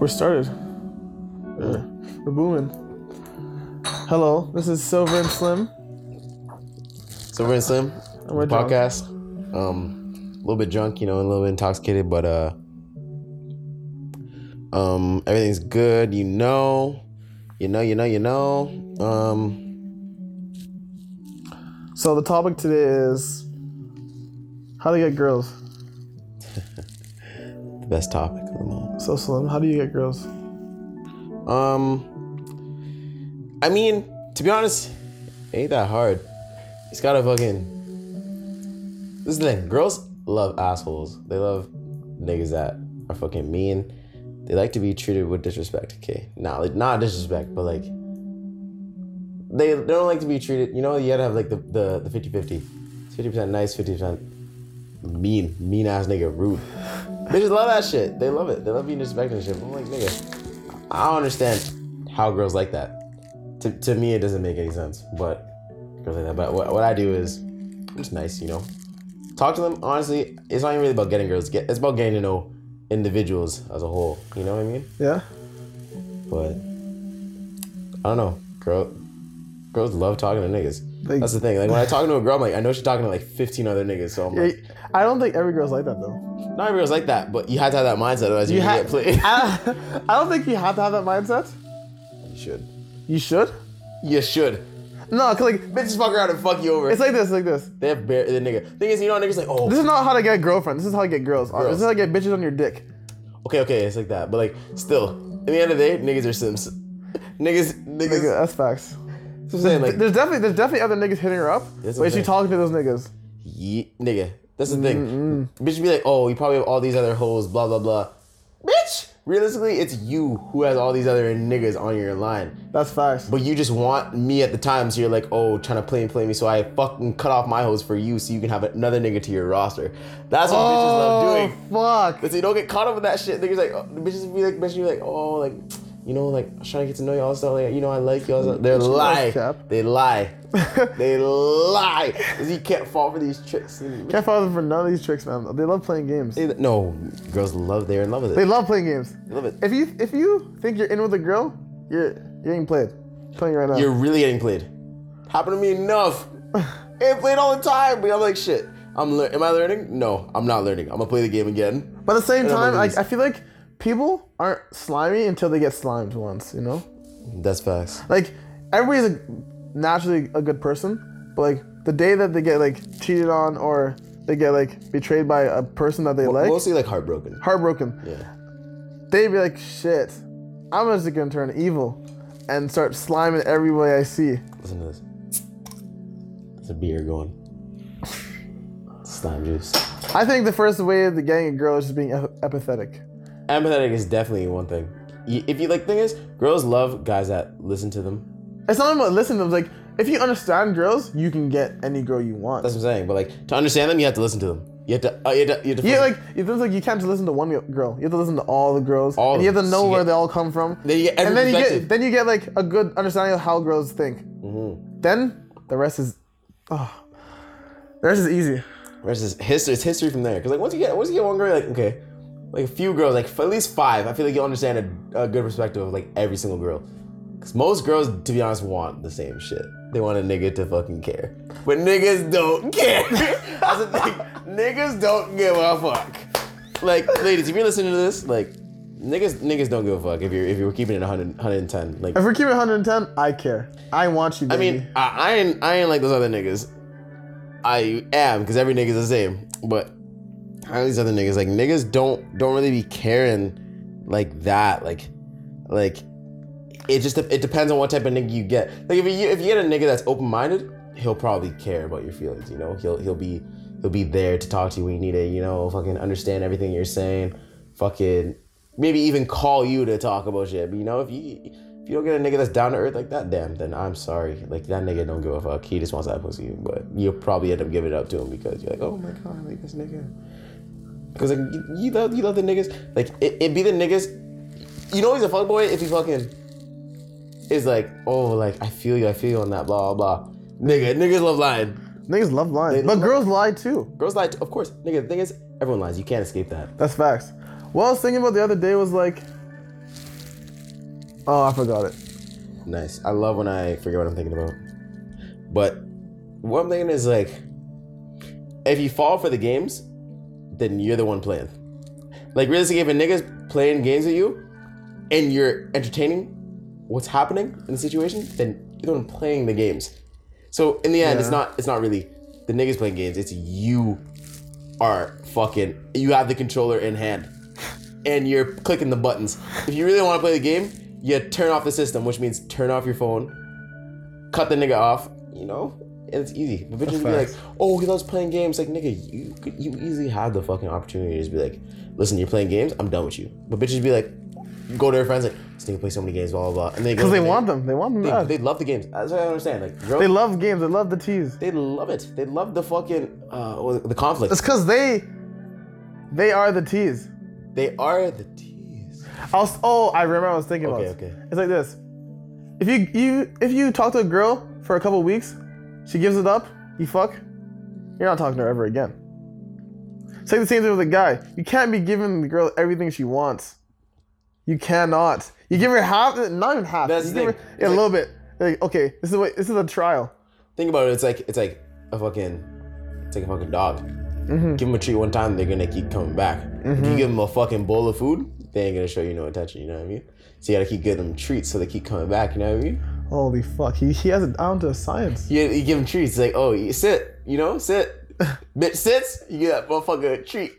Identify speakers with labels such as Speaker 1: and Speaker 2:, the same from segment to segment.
Speaker 1: We're started. Uh, we're booming. Hello, this is Silver and Slim.
Speaker 2: Silver and Slim
Speaker 1: And we're drunk.
Speaker 2: podcast. Um, a little bit drunk, you know, a little bit intoxicated, but uh, um, everything's good, you know, you know, you know, you know. Um,
Speaker 1: So the topic today is how to get girls.
Speaker 2: the best topic of the moment.
Speaker 1: So Slim, how do you get girls?
Speaker 2: Um, I mean, to be honest, it ain't that hard. It's gotta fucking. This is the thing. Girls love assholes. They love niggas that are fucking mean. They like to be treated with disrespect. Okay, not like not disrespect, but like they they don't like to be treated. You know, you gotta have like the the the 50 50 fifty percent nice, fifty percent mean, mean ass nigga, rude. They just love that shit. They love it. They love being disrespected and shit. I'm like, nigga, I don't understand how girls like that. To, to me, it doesn't make any sense. But girls like that. But what, what I do is, I'm just nice, you know. Talk to them honestly. It's not even really about getting girls. Get it's about getting to know individuals as a whole. You know what I mean?
Speaker 1: Yeah?
Speaker 2: But I don't know, girl. Girls love talking to niggas.
Speaker 1: They-
Speaker 2: That's the thing. Like when I talk to a girl, I'm like, I know she's talking to like 15 other niggas. So I'm
Speaker 1: Yeah,
Speaker 2: like,
Speaker 1: I don't think every girl's like that though.
Speaker 2: not everyone's like that, but you have to have that mindset, otherwise you,
Speaker 1: You
Speaker 2: can
Speaker 1: ha-
Speaker 2: get played.
Speaker 1: I, I don't think you have to have that mindset.
Speaker 2: you should.
Speaker 1: You should.
Speaker 2: You should.
Speaker 1: No, 'cause, like
Speaker 2: Bitches fuck around and fuck you over.
Speaker 1: it's like this, like this.
Speaker 2: They have bare the nigga. Thing is, you know, niggas like, oh,
Speaker 1: This is not how to get a girlfriend. This is how to get girls. This
Speaker 2: Girls.
Speaker 1: is how to get bitches on your dick.
Speaker 2: okay, okay, it's like that. But like, still, at the end of the day, niggas are sims. Niggas, niggas.
Speaker 1: Nigga, that's facts.
Speaker 2: That's what I'm saying, like,
Speaker 1: There's definitely there's definitely other niggas hitting her up, but
Speaker 2: That's what
Speaker 1: is she
Speaker 2: I'm saying.
Speaker 1: talking to those niggas?
Speaker 2: ye- nigga. That's the thing. Bitch be like, oh, you probably have all these other hoes, blah blah blah. Bitch, realistically, it's you who has all these other niggas on your line.
Speaker 1: That's facts.
Speaker 2: But you just want me at the time, so you're like, oh, trying to play and play me, so I fucking cut off my hoes for you, so you can have another nigga to your roster. That's what bitches love doing.
Speaker 1: Oh, fuck.
Speaker 2: But so you don't get caught up with that shit. Niggas like, oh, the bitches be like, bitches be like, oh, like, you know, like, I'm trying to get to know y'all and stuff. Like, you know, I like y'all. and stuff. They're lie.
Speaker 1: nice chap.
Speaker 2: They lie. they lie. 'Cause you can't fall for these tricks.
Speaker 1: Can't follow them for none of these tricks, man. They love playing games.
Speaker 2: They- no, girls love. They're in love with it.
Speaker 1: They love playing games.
Speaker 2: They love it.
Speaker 1: If you if you think you're in with a girl, you're you're getting played. Playing right now.
Speaker 2: You're really getting played. Happened to me enough. It played all the time, but I'm like, shit. I'm lear- am I learning? No, I'm not learning. I'm gonna play the game again.
Speaker 1: but at the same
Speaker 2: They're
Speaker 1: time,
Speaker 2: ladies.
Speaker 1: I, I feel like people aren't slimy until they get slimed once. You know,
Speaker 2: That's facts.
Speaker 1: like everybody's a, naturally a good person, but like the day that they get like cheated on or they get like betrayed by a person that they like,
Speaker 2: Mostly like heartbroken.
Speaker 1: heartbroken.
Speaker 2: Yeah.
Speaker 1: they'd be like, shit, I'm just gonna turn evil and start sliming every way I see.
Speaker 2: Listen to this. There's a beer going. Slime juice.
Speaker 1: I think the first way of the gang of girls is being ep- empathetic.
Speaker 2: Empathetic is definitely one thing. Y- If you like, thing is, girls love guys that listen to them.
Speaker 1: It's not about listening to them. It's like, if you understand girls, you can get any girl you want.
Speaker 2: That's what I'm saying. But like, to understand them, you have to listen to them. You have to. Uh, you have to. You have to
Speaker 1: yeah,
Speaker 2: fucking-
Speaker 1: like it's like you can't just listen to one girl. You have to listen to all the girls.
Speaker 2: All
Speaker 1: and you
Speaker 2: of
Speaker 1: have to
Speaker 2: them.
Speaker 1: know
Speaker 2: So you
Speaker 1: where
Speaker 2: get-
Speaker 1: they all come from.
Speaker 2: Then you get every
Speaker 1: and then you get
Speaker 2: perspective.
Speaker 1: then you get like a good understanding of how girls think.
Speaker 2: Mm-hmm.
Speaker 1: Then the rest is, oh, the rest is easy.
Speaker 2: versus history. It's history from there. Cause like once you get once you get one girl, you're like okay, like a few girls, like f- at least five. I feel like you'll understand a, a good perspective of like every single girl. Cause most girls, to be honest, want the same shit. They want a nigga to fucking care, but niggas don't care. That's the thing. Niggas don't give a fuck. Like ladies, if you're listening to this, like. Niggas, niggas don't give a fuck if you're if you're keeping it 100, 110. Like
Speaker 1: If we keep it 110, I care. I want you.
Speaker 2: I
Speaker 1: Baby.
Speaker 2: mean, I, I ain't I ain't like those other niggas. I am because every nigga's the same. But how these other niggas like niggas don't don't really be caring like that. Like like it just it depends on what type of nigga you get. Like if you if you get a nigga that's open minded, he'll probably care about your feelings. You know, he'll he'll be he'll be there to talk to you when you need it. You know, fucking understand everything you're saying. Fucking maybe even call you to talk about shit. But you know, if you if you don't get a nigga that's down to earth like that, damn, then I'm sorry. Like that nigga don't give a fuck. He just wants that pussy. But you'll probably end up giving it up to him because you're like, oh my god, like this nigga. Because like you, you love you love the niggas. Like it, it be the niggas. You know he's a fuckboy if he fucking is like, oh, like I feel you, I feel you on that, blah blah blah. Nigga, niggas love lying.
Speaker 1: Niggas love lying, but
Speaker 2: love-
Speaker 1: girls lie too.
Speaker 2: Girls lie, t- of course. Nigga, the thing is, everyone lies. You can't escape that.
Speaker 1: That's facts. What I was thinking about the other day was like, oh, I forgot it.
Speaker 2: Nice. I love when I forget what I'm thinking about. But what I'm thinking is like, if you fall for the games, then you're the one playing. Like realistically, if a nigga's playing games with you, and you're entertaining what's happening in the situation, then you're the one playing the games. So in the end, it's
Speaker 1: Yeah.
Speaker 2: not it's not really the niggas playing games. It's you are fucking. You have the controller in hand, and you're clicking the buttons. If you really want to play the game, you turn off the system, which means turn off your phone, cut the nigga off. You know. And it's easy. But bitches be like,
Speaker 1: Facts.
Speaker 2: oh, he loves playing games. Like, nigga, you could, you easily have the fucking opportunity to just be like, listen, you're playing games. I'm done with you. But bitches be like, go to their friends like, this nigga plays so many games, blah blah blah. And they
Speaker 1: Because they want them. They want them bad.
Speaker 2: They, they love the games. That's what I understand. Like, girls,
Speaker 1: They love games. They love the cheese.
Speaker 2: they love it. They love the fucking uh, what was it? the conflict.
Speaker 1: It's because they, they are the teas.
Speaker 2: They are the T's.
Speaker 1: I was, oh, I remember what I was thinking
Speaker 2: Okay,
Speaker 1: about.
Speaker 2: okay.
Speaker 1: It's like this: if you you if you talk to a girl for a couple weeks, she gives it up, you fuck, you're not talking to her ever again. It's like the same thing with a guy. You can't be giving the girl everything she wants. You cannot. You give her half, not even half.
Speaker 2: That's
Speaker 1: you
Speaker 2: the
Speaker 1: give
Speaker 2: thing.
Speaker 1: her yeah, a little bit. Like, okay, this is what this is a trial.
Speaker 2: Think about it. It's like it's like a fucking it's like a fucking dog. Give them a treat one time, they're gonna keep coming back. If you give them a fucking bowl of food, they ain't gonna show you no attention. You know what I mean? So you gotta keep giving them treats so they keep coming back. You know what I mean?
Speaker 1: Holy fuck, he, he has it down to a science.
Speaker 2: You, you give them treats. It's like, oh, you sit. You know, sit. Bitch sits. You get that motherfucker a treat.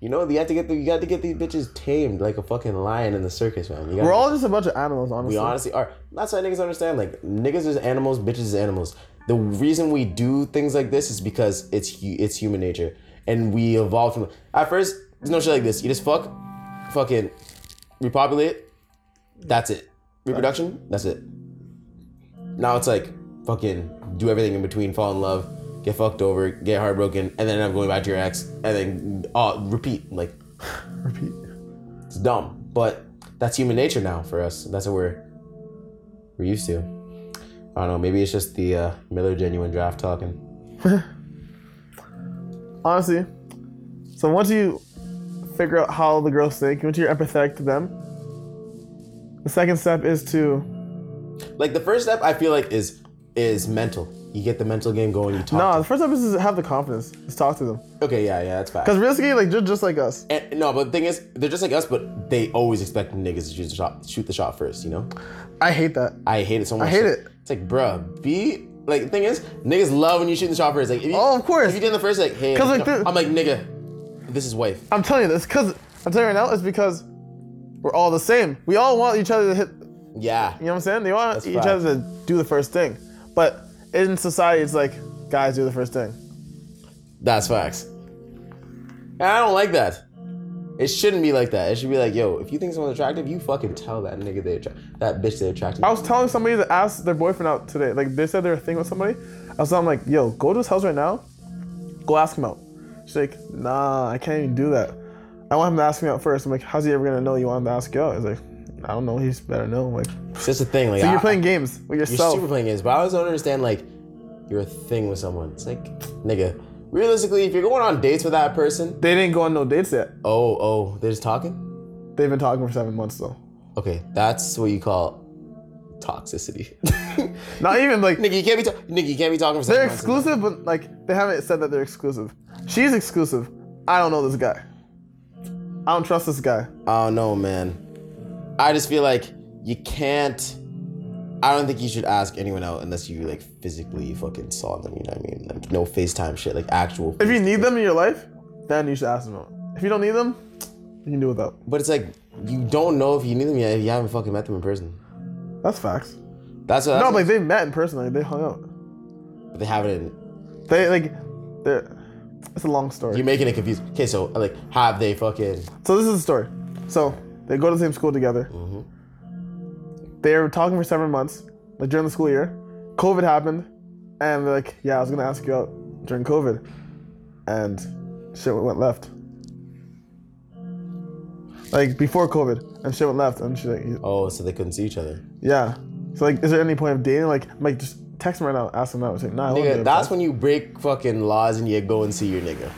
Speaker 2: You know, you have to get the, you got to get these bitches tamed like a fucking lion in the circus, man. You gotta-
Speaker 1: We're all just a bunch of animals, honestly.
Speaker 2: We honestly are. That's why niggas understand. Like niggas is animals, bitches is animals. The reason we do things like this is because it's hu- it's human nature, and we evolved from. At first, there's no shit like this. You just fuck, fucking repopulate. That's it. Reproduction. That's it. Now it's like fucking do everything in between, fall in love, get fucked over, get heartbroken, and then end up going back to your ex, and then uh, repeat. Like
Speaker 1: Repeat.
Speaker 2: it's dumb, but that's human nature now for us. That's what we're we're used to. I don't know. Maybe it's just the uh, Miller genuine draft talking.
Speaker 1: honestly. So once you figure out how the girls think, once you're empathetic to them, the second step is to
Speaker 2: Like the first step, I feel like is is mental. You get the mental game going. You talk.
Speaker 1: no. The first step is to have the confidence. Just talk to them.
Speaker 2: Okay. Yeah. Yeah. That's fine.
Speaker 1: Cause risky, like just just like us.
Speaker 2: And, no, but the thing is, they're just like us, but they always expect niggas to shoot the shot, shoot the shot first. You know.
Speaker 1: I hate that.
Speaker 2: I hate it so much.
Speaker 1: I hate it.
Speaker 2: It's like, bruh, be like. The thing is, niggas love when you shoot the shot first. Like, if you,
Speaker 1: Oh, of course.
Speaker 2: If you did the first, like, hey,
Speaker 1: 'Cause, like,
Speaker 2: no,
Speaker 1: the-
Speaker 2: I'm like, nigga, this is wife.
Speaker 1: I'm telling you this because I'm telling you right now. It's because we're all the same. We all want each other to hit. You
Speaker 2: Yeah.
Speaker 1: know what I'm saying? They want each
Speaker 2: facts.
Speaker 1: other to do the first thing. But in society, it's like guys do the first thing.
Speaker 2: That's facts. And I don't like that. It shouldn't be like that. It should be like, yo, if you think someone's attractive, you fucking tell that nigga they attract that bitch they attractive.
Speaker 1: I was telling somebody that asked their boyfriend out today. Like they said they were thinking with somebody. I was telling them like, yo, go to his house right now. Go ask him out. She's like, nah, I can't even do that. I want him to ask me out first. I'm like, how's he ever gonna know you want him to ask you out? He's like, I don't know. He's better know. I'm like,
Speaker 2: It's just a thing. Like,
Speaker 1: so
Speaker 2: I-
Speaker 1: you're playing games with
Speaker 2: Ah, you're
Speaker 1: yourself.
Speaker 2: super playing games, but I always don't understand like you're a thing with someone. It's like, nigga, realistically, if you're going on dates with that person,
Speaker 1: they didn't go on no dates yet.
Speaker 2: oh, oh, they're just talking.
Speaker 1: They've been talking for seven months though.
Speaker 2: Okay, that's what you call toxicity.
Speaker 1: Not even like
Speaker 2: nigga, you can't be ta- nigga, you can't be talking for
Speaker 1: they're
Speaker 2: seven months and-
Speaker 1: exclusive, but like they haven't said that they're exclusive. She's exclusive. I don't know this guy. I don't trust this guy.
Speaker 2: I don't know, man. I just feel like you can't. I don't think you should ask anyone out unless you like physically fucking saw them. You know what I mean? Like no FaceTime shit, like actual.
Speaker 1: If you need them in your life, then you should ask them out. If you don't need them, you can do without.
Speaker 2: but it's like you don't know if you need them yet if you haven't fucking met them in person.
Speaker 1: That's facts.
Speaker 2: That's what.
Speaker 1: No,
Speaker 2: that's
Speaker 1: like they met in person, like they hung out.
Speaker 2: what they haven't. in-
Speaker 1: They like, they're. It's a long story.
Speaker 2: You're making it confusing. Okay, so like, have they fucking?
Speaker 1: So this is the story. So they go to the same school together. They were talking for seven months, like during the school year. COVID happened, and they're like, "Yeah, I was gonna ask you out during COVID," and shit went left. Like before COVID, and shit went left, and she's like,
Speaker 2: Oh, so they couldn't see each other.
Speaker 1: Yeah. So like, is there any point of dating? Like, I'm like just text him right now, ask him out. It's like, nah, I won't
Speaker 2: Nigga,
Speaker 1: do it,
Speaker 2: that's
Speaker 1: bro.
Speaker 2: when you break fucking laws and you go and see your nigga.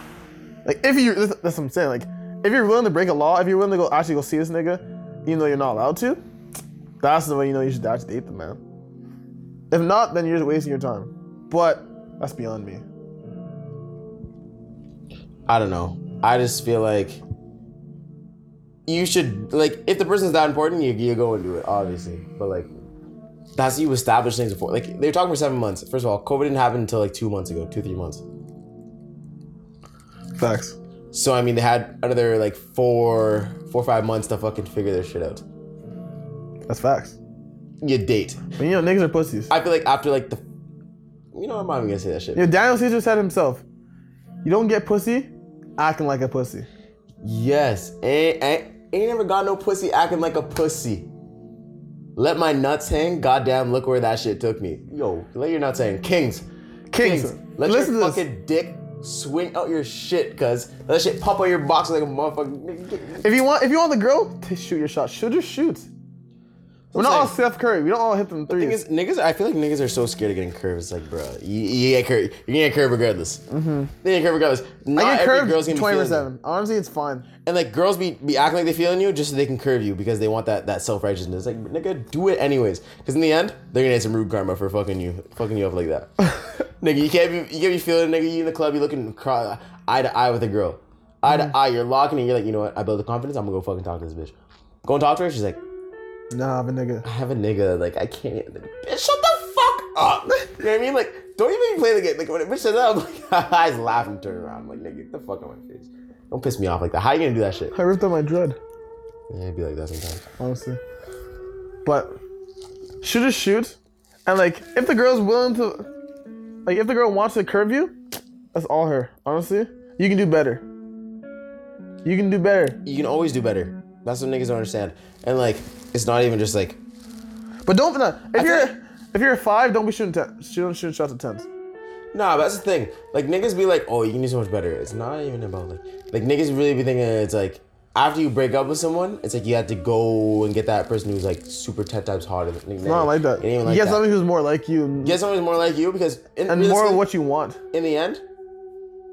Speaker 1: like if you that's, that's what I'm saying. Like, if you're willing to break a law, if you're willing to go actually go see this nigga, even though you're not allowed to, that's the way you know you should actually date the man. If not, then you're just wasting your time. But that's beyond me.
Speaker 2: I don't know. I just feel like you should like if the person's that important, you you go and do it, obviously. But like that's you establish things before. Like they were talking for seven months. First of all, COVID didn't happen until like two months ago, two three months.
Speaker 1: Facts.
Speaker 2: So I mean, they had another like four four or five months to fucking figure their shit out.
Speaker 1: That's facts.
Speaker 2: You date.
Speaker 1: I mean, you know, niggas are pussies.
Speaker 2: I feel like after like the, you know, I'm not even gonna say that shit.
Speaker 1: You know, Daniel Caesar said himself, "You don't get pussy, acting like a pussy."
Speaker 2: Yes, ain't, ain't, ain't never got no pussy acting like a pussy. Let my nuts hang. Goddamn, look where that shit took me. Yo, let your nuts hang, kings.
Speaker 1: Kings,
Speaker 2: Let
Speaker 1: listen
Speaker 2: your
Speaker 1: to this.
Speaker 2: fucking dick swing out your shit, cuz. Let that shit pop out your box like a motherfucker.
Speaker 1: If you want, if you want the girl, to shoot your shot. Shoot, just shoot. We're not all
Speaker 2: saying.
Speaker 1: Steph Curry. We don't all hit them
Speaker 2: Thing
Speaker 1: threes.
Speaker 2: is, niggas, I feel like niggas are so scared of getting curved. It's like, bro, you, you get curved. You get curved regardless. Mm-hmm. They get curved regardless. Not
Speaker 1: I get
Speaker 2: every
Speaker 1: curved
Speaker 2: girl's gonna be feeling you.
Speaker 1: 24/7. Honestly, it's fine.
Speaker 2: And like girls be, be acting like they feeling you just so they can curve you because they want that that self righteousness. Like nigga, do it anyways. Because in the end, they're gonna get some rude karma for fucking you, fucking you up like that. nigga, you can't be you can't be feeling nigga. You in the club, you looking cro- eye to eye with a girl, eye to eye. You're locking and you're like, you know what? I built the confidence. I'm gonna go fucking talk to this bitch. Go and talk to her. She's like,
Speaker 1: Nah, but nigga.
Speaker 2: I have a nigga. Like I can't. Bitch, shut the fuck up. you know what I mean? Like don't even play the game. Like when a bitch says that, I'm like, I just laugh and turn around. I'm like nigga, get the fuck out of my face. Don't piss me off like that. How you gonna do that shit?
Speaker 1: I ripped out my dread.
Speaker 2: Yeah, it'd be like that sometimes.
Speaker 1: honestly. But shoot is shoot, and like if the girl's willing to, like if the girl wants to curve you, that's all her. Honestly, you can do better. You can do better,
Speaker 2: You can always do better. That's what niggas don't understand. And like, it's not even just like,
Speaker 1: but don't. Nah, if
Speaker 2: feel
Speaker 1: you're
Speaker 2: like-
Speaker 1: if you're a five, don't be shooting ten. Shooting shooting shots at tens.
Speaker 2: nah. But that's the thing. Like niggas be like, oh, you can do so much better. It's not even about like, like niggas really be thinking it's like after you break up with someone, it's like you have to go and get that person who's like super ten times hotter. Than,
Speaker 1: Not like that.
Speaker 2: It ain't
Speaker 1: You
Speaker 2: even like
Speaker 1: get
Speaker 2: that.
Speaker 1: somebody who's more like you and,
Speaker 2: get someone who's more like you because
Speaker 1: and
Speaker 2: in,
Speaker 1: more of
Speaker 2: realistically-
Speaker 1: what you want.
Speaker 2: in the end,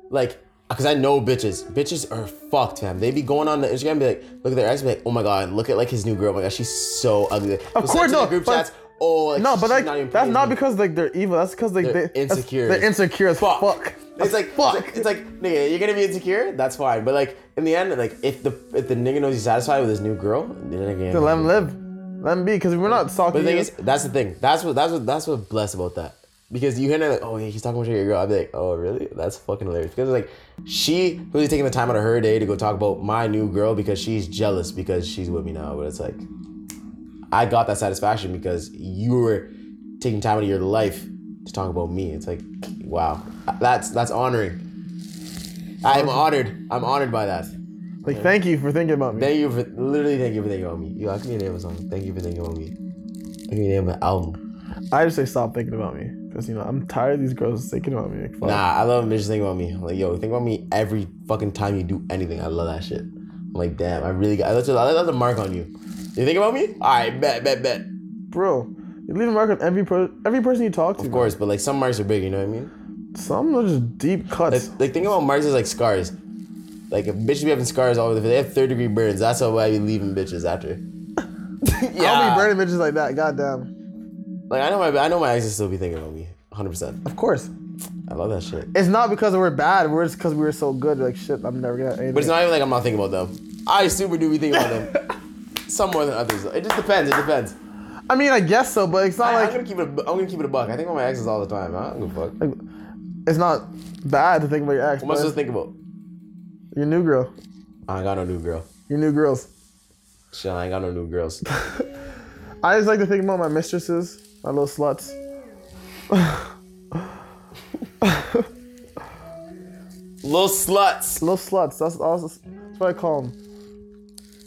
Speaker 2: like, cause I know bitches. Bitches are fucked, man. They be going on the Instagram, and be like, look at their ex, be like, oh my god, look at like his new girl. Oh my god, she's so ugly. Of
Speaker 1: course, no,
Speaker 2: group
Speaker 1: but-
Speaker 2: chats. Oh, like,
Speaker 1: No, but
Speaker 2: she's
Speaker 1: like
Speaker 2: even
Speaker 1: that's
Speaker 2: pretty
Speaker 1: not
Speaker 2: as me."
Speaker 1: because like they're evil. That's because like,
Speaker 2: They're
Speaker 1: they that's-
Speaker 2: insecure
Speaker 1: They're
Speaker 2: as
Speaker 1: insecure as fuck.
Speaker 2: It's
Speaker 1: That's
Speaker 2: like,
Speaker 1: fuck.
Speaker 2: It's like, it's like, nigga, you're gonna be insecure. That's fine. But like in the end, like if the if the nigga knows he's satisfied with his new girl, then again,
Speaker 1: Then let them live, let them be, because we're not
Speaker 2: But
Speaker 1: talking.
Speaker 2: the thing is, that's the thing. That's what that's what that's what blessed about that. Because you hear that like, oh yeah, he's talking about your girl. I'd be like, oh really? That's fucking hilarious. Because like she really taking the time out of her day to go talk about my new girl because she's jealous because she's with me now. But it's like I got that satisfaction because you were taking time out of your life to talk about me. It's like, wow. That's that's honoring. I am honored. I'm honored by that.
Speaker 1: like, thank you for thinking about me.
Speaker 2: Thank you for literally thank you for thinking about me. Yo, I can name a song. Thank you for thinking about me. I can name an album.
Speaker 1: I just say stop thinking about me because you know I'm tired of these girls thinking about me. Like, fuck.
Speaker 2: Nah, I love bitches thinking about me. Like, yo, think about me every fucking time you do anything. I love that shit. I'm like, damn, I really got, I left, I left a mark on you. You think about me? All right, bet, bet, bet. Of
Speaker 1: bro, you leave a mark on every per- every person you talk to. Of
Speaker 2: course, but like some marks are big, you know what I mean?
Speaker 1: some are just deep cuts.
Speaker 2: Like, think about marks as like scars. Like, a bitch be having scars all over the face. They have third degree burns. That's how I be leaving bitches after.
Speaker 1: I'll
Speaker 2: yeah.
Speaker 1: be burning bitches like that. Goddamn.
Speaker 2: like, I know my, I know my exes still be thinking about me. 100%.
Speaker 1: Of course,
Speaker 2: I love that shit.
Speaker 1: it's not because we're bad. We're just because we were so good. Like shit, I'm never gonna.
Speaker 2: But it's not even like I'm not thinking about them. I super do be thinking about them. some more than others. It just depends. It depends.
Speaker 1: I mean, I guess so, but it's not
Speaker 2: I, am
Speaker 1: like
Speaker 2: gonna keep it. a bu- I'm gonna keep it a buck. I think about my exes all the time. I don't give a fuck. What
Speaker 1: it's not bad to think about your ex.
Speaker 2: am I
Speaker 1: but
Speaker 2: supposed to think about?
Speaker 1: your new girl,
Speaker 2: I ain't got no new girl.
Speaker 1: your new girls.
Speaker 2: Shit, I ain't got no new girls.
Speaker 1: I just like to think about my mistresses, my little sluts.
Speaker 2: Little sluts.
Speaker 1: Little sluts. That's also that's what I call them.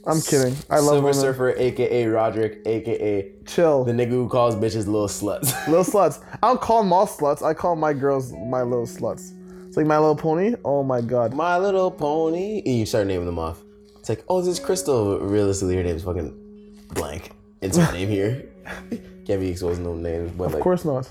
Speaker 1: I'm kidding. I love
Speaker 2: Silver
Speaker 1: women.
Speaker 2: Surfer, aka Roderick, aka
Speaker 1: Chill.
Speaker 2: the nigga who calls bitches little sluts.
Speaker 1: Little sluts. I don't call them all sluts. I call my girls my little sluts. It's like My Little Pony. Oh my god.
Speaker 2: My Little Pony. And you start naming them off. It's like, oh, this is Crystal. Realistically, her name's fucking blank. It's my name here. Can't be exposing no names, but
Speaker 1: Of
Speaker 2: like,
Speaker 1: course not.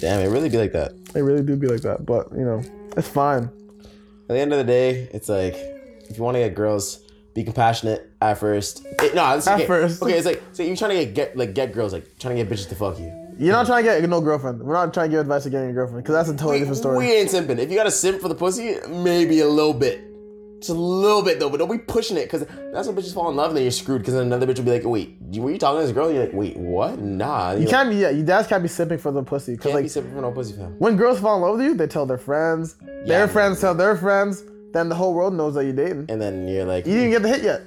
Speaker 2: damn, it really be like that.
Speaker 1: They really do be like that, but you know, it's fine.
Speaker 2: At the end of the day, it's like if you want to get girls, be compassionate at first. It, no, it's
Speaker 1: At
Speaker 2: okay.
Speaker 1: first.
Speaker 2: Okay, it's like so you're trying to get, get like get girls, like trying to get bitches to fuck you.
Speaker 1: You're not trying to get no girlfriend. We're not trying to give advice to getting a girlfriend because that's a totally different story.
Speaker 2: We ain't simping. If you got to simp for the pussy, maybe a little bit. Just a little bit though, but don't be pushing it because that's when bitches fall in love and then you're screwed because then another bitch will be like, wait, you- were you talking to this girl? And you're like, wait, what? Nah.
Speaker 1: You can't be yeah. You dads can't be sipping for the pussy because
Speaker 2: can't
Speaker 1: like
Speaker 2: be simping for no pussy, fam.
Speaker 1: when girls fall in love with you, they tell their friends.
Speaker 2: Yeah.
Speaker 1: Their friends tell their friends. Then the whole world knows that you're dating.
Speaker 2: And then you're like,
Speaker 1: You didn't get the hit yet.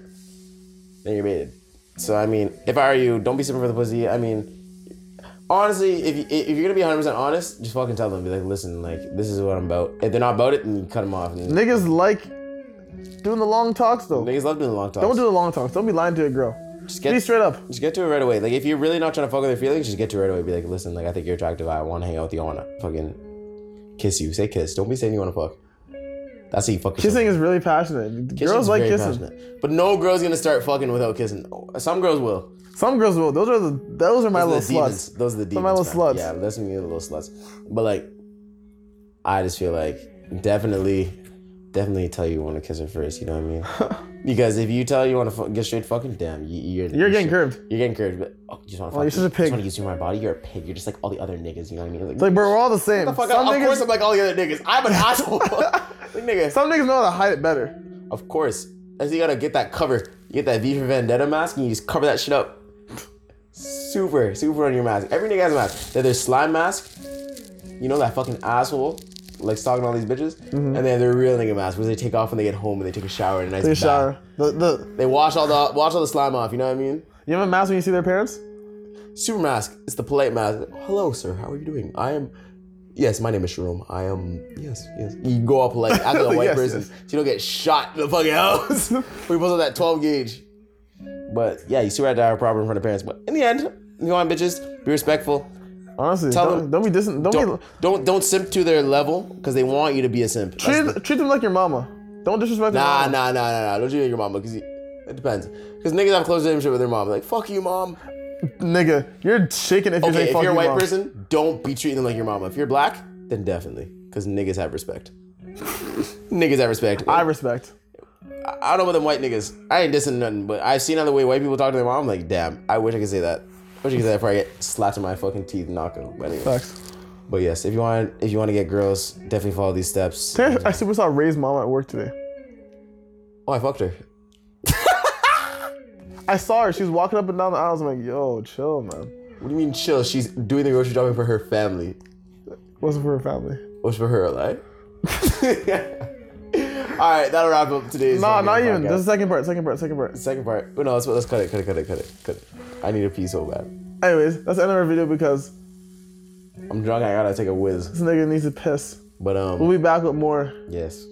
Speaker 2: then you're baited. So I mean, if I were you, don't be simping for the pussy. I mean, honestly, if you, if you're gonna be 100 percent honest, just fucking tell them. Be like, listen, like this is what I'm about. If they're not about it, then you cut them off. And
Speaker 1: Niggas like doing the long talks though.
Speaker 2: niggas love doing long talks.
Speaker 1: Don't do the long talks. Don't be lying to a girl.
Speaker 2: Just
Speaker 1: Be
Speaker 2: get
Speaker 1: straight up.
Speaker 2: Just get to it right away. Like if you're really not trying to fuck with their feelings, just get to it right away. Be like, listen, like I think you're attractive. I want to hang out with you. I want to fucking kiss you. Say kiss. Don't be saying you want to fuck. That's how you fuck. yourself.
Speaker 1: Kissing is really passionate.
Speaker 2: Kissing's
Speaker 1: girls like
Speaker 2: very
Speaker 1: kissing.
Speaker 2: passionate. but no girl's gonna start fucking without kissing. Some girls will.
Speaker 1: Some girls will. Those are the those are my
Speaker 2: Those are the
Speaker 1: little
Speaker 2: demons.
Speaker 1: sluts.
Speaker 2: Those are the demons.
Speaker 1: my little
Speaker 2: man.
Speaker 1: sluts.
Speaker 2: Yeah, that's me, the little sluts. But like, I just feel like definitely, definitely tell you you want to kiss her first. You know what I mean? because if you tell her you want to fu- get straight, fucking damn, you, you're
Speaker 1: You're getting
Speaker 2: straight-
Speaker 1: curved.
Speaker 2: You're getting curved, but oh, you just want to.
Speaker 1: Oh, you're such a
Speaker 2: You
Speaker 1: pig.
Speaker 2: just want to use my body. You're a pig. You're just like all the other niggas. You know what I mean? Like,
Speaker 1: It's like, bro, we're all the same.
Speaker 2: the fuck
Speaker 1: some,
Speaker 2: up. Of course,
Speaker 1: niggas,
Speaker 2: I'm like all the other niggas. I'm an asshole. like, nigga,
Speaker 1: some niggas know how to hide it better.
Speaker 2: of course. As you gotta get that cover. You get that V for Vendetta mask and you just cover that shit up. Super, super on your mask. Every nigga has a mask. Then there's slime mask. You know that fucking asshole like stalking all these bitches. And then their real nigga mask, which they take off when they get home and they Mm-hmm. take a shower and a nice
Speaker 1: They
Speaker 2: bath.
Speaker 1: shower. The, the,
Speaker 2: They wash all the wash all the slime off. You know what I mean?
Speaker 1: you have a mask when you see their parents?
Speaker 2: Super mask. It's the polite mask. Hello, sir. How are you doing? I am. Yes, my name is Sharom. I am. Yes, yes. You go up like after a white
Speaker 1: Yes,
Speaker 2: person,
Speaker 1: yes.
Speaker 2: so you don't get shot in the fucking house. we both have that 12 gauge. But yeah, you see where I have a problem in front of parents. But in the end, you know, bitches, be respectful.
Speaker 1: Honestly,
Speaker 2: Tell
Speaker 1: don't, don't be distant. Don't,
Speaker 2: Don't
Speaker 1: be
Speaker 2: don't don't simp to their level because they want you to be a simp. That's the-
Speaker 1: treat, treat them like your mama. Don't disrespect their
Speaker 2: Nah,
Speaker 1: mama.
Speaker 2: nah, nah, nah, nah. Don't you your mama because it depends. Because niggas have close relationship with their mom. Like fuck you, mom.
Speaker 1: Nigga, you're shaking if you
Speaker 2: Okay,
Speaker 1: say
Speaker 2: if
Speaker 1: fuck
Speaker 2: you're
Speaker 1: your
Speaker 2: a white
Speaker 1: mom.
Speaker 2: person, don't be treating them like your mama. If you're black, then definitely, because niggas have respect. niggas have respect.
Speaker 1: I
Speaker 2: I,
Speaker 1: respect.
Speaker 2: I don't know about them white niggas. I ain't dissing nothing, but I've seen how the way white people talk to their mom. I'm like, damn, I wish I could say that. wish I could say that before I get slapped in my fucking teeth and knock out. But, anyway.
Speaker 1: Facts.
Speaker 2: but yes, if you want, if you want to get girls, definitely follow these steps.
Speaker 1: I I super saw Ray's mom at work today.
Speaker 2: Oh, I fucked her.
Speaker 1: I saw her. She was walking up and down the aisles. I'm like, yo, chill, man.
Speaker 2: What do you mean chill? She's doing the grocery shopping for her family.
Speaker 1: Wasn't for her family.
Speaker 2: What's for her, like? All right, that'll wrap up today's.
Speaker 1: Nah,
Speaker 2: fucking
Speaker 1: not even.
Speaker 2: podcast.
Speaker 1: This is second part. Second part. Second part.
Speaker 2: Second part. But no, let's, let's cut it, cut it, cut it, cut it, cut it. I need a pee so bad.
Speaker 1: Anyways, that's the end of our video because
Speaker 2: I'm drunk. I gotta take a whiz.
Speaker 1: this nigga needs to piss.
Speaker 2: But um,
Speaker 1: We'll be back with more.
Speaker 2: yes.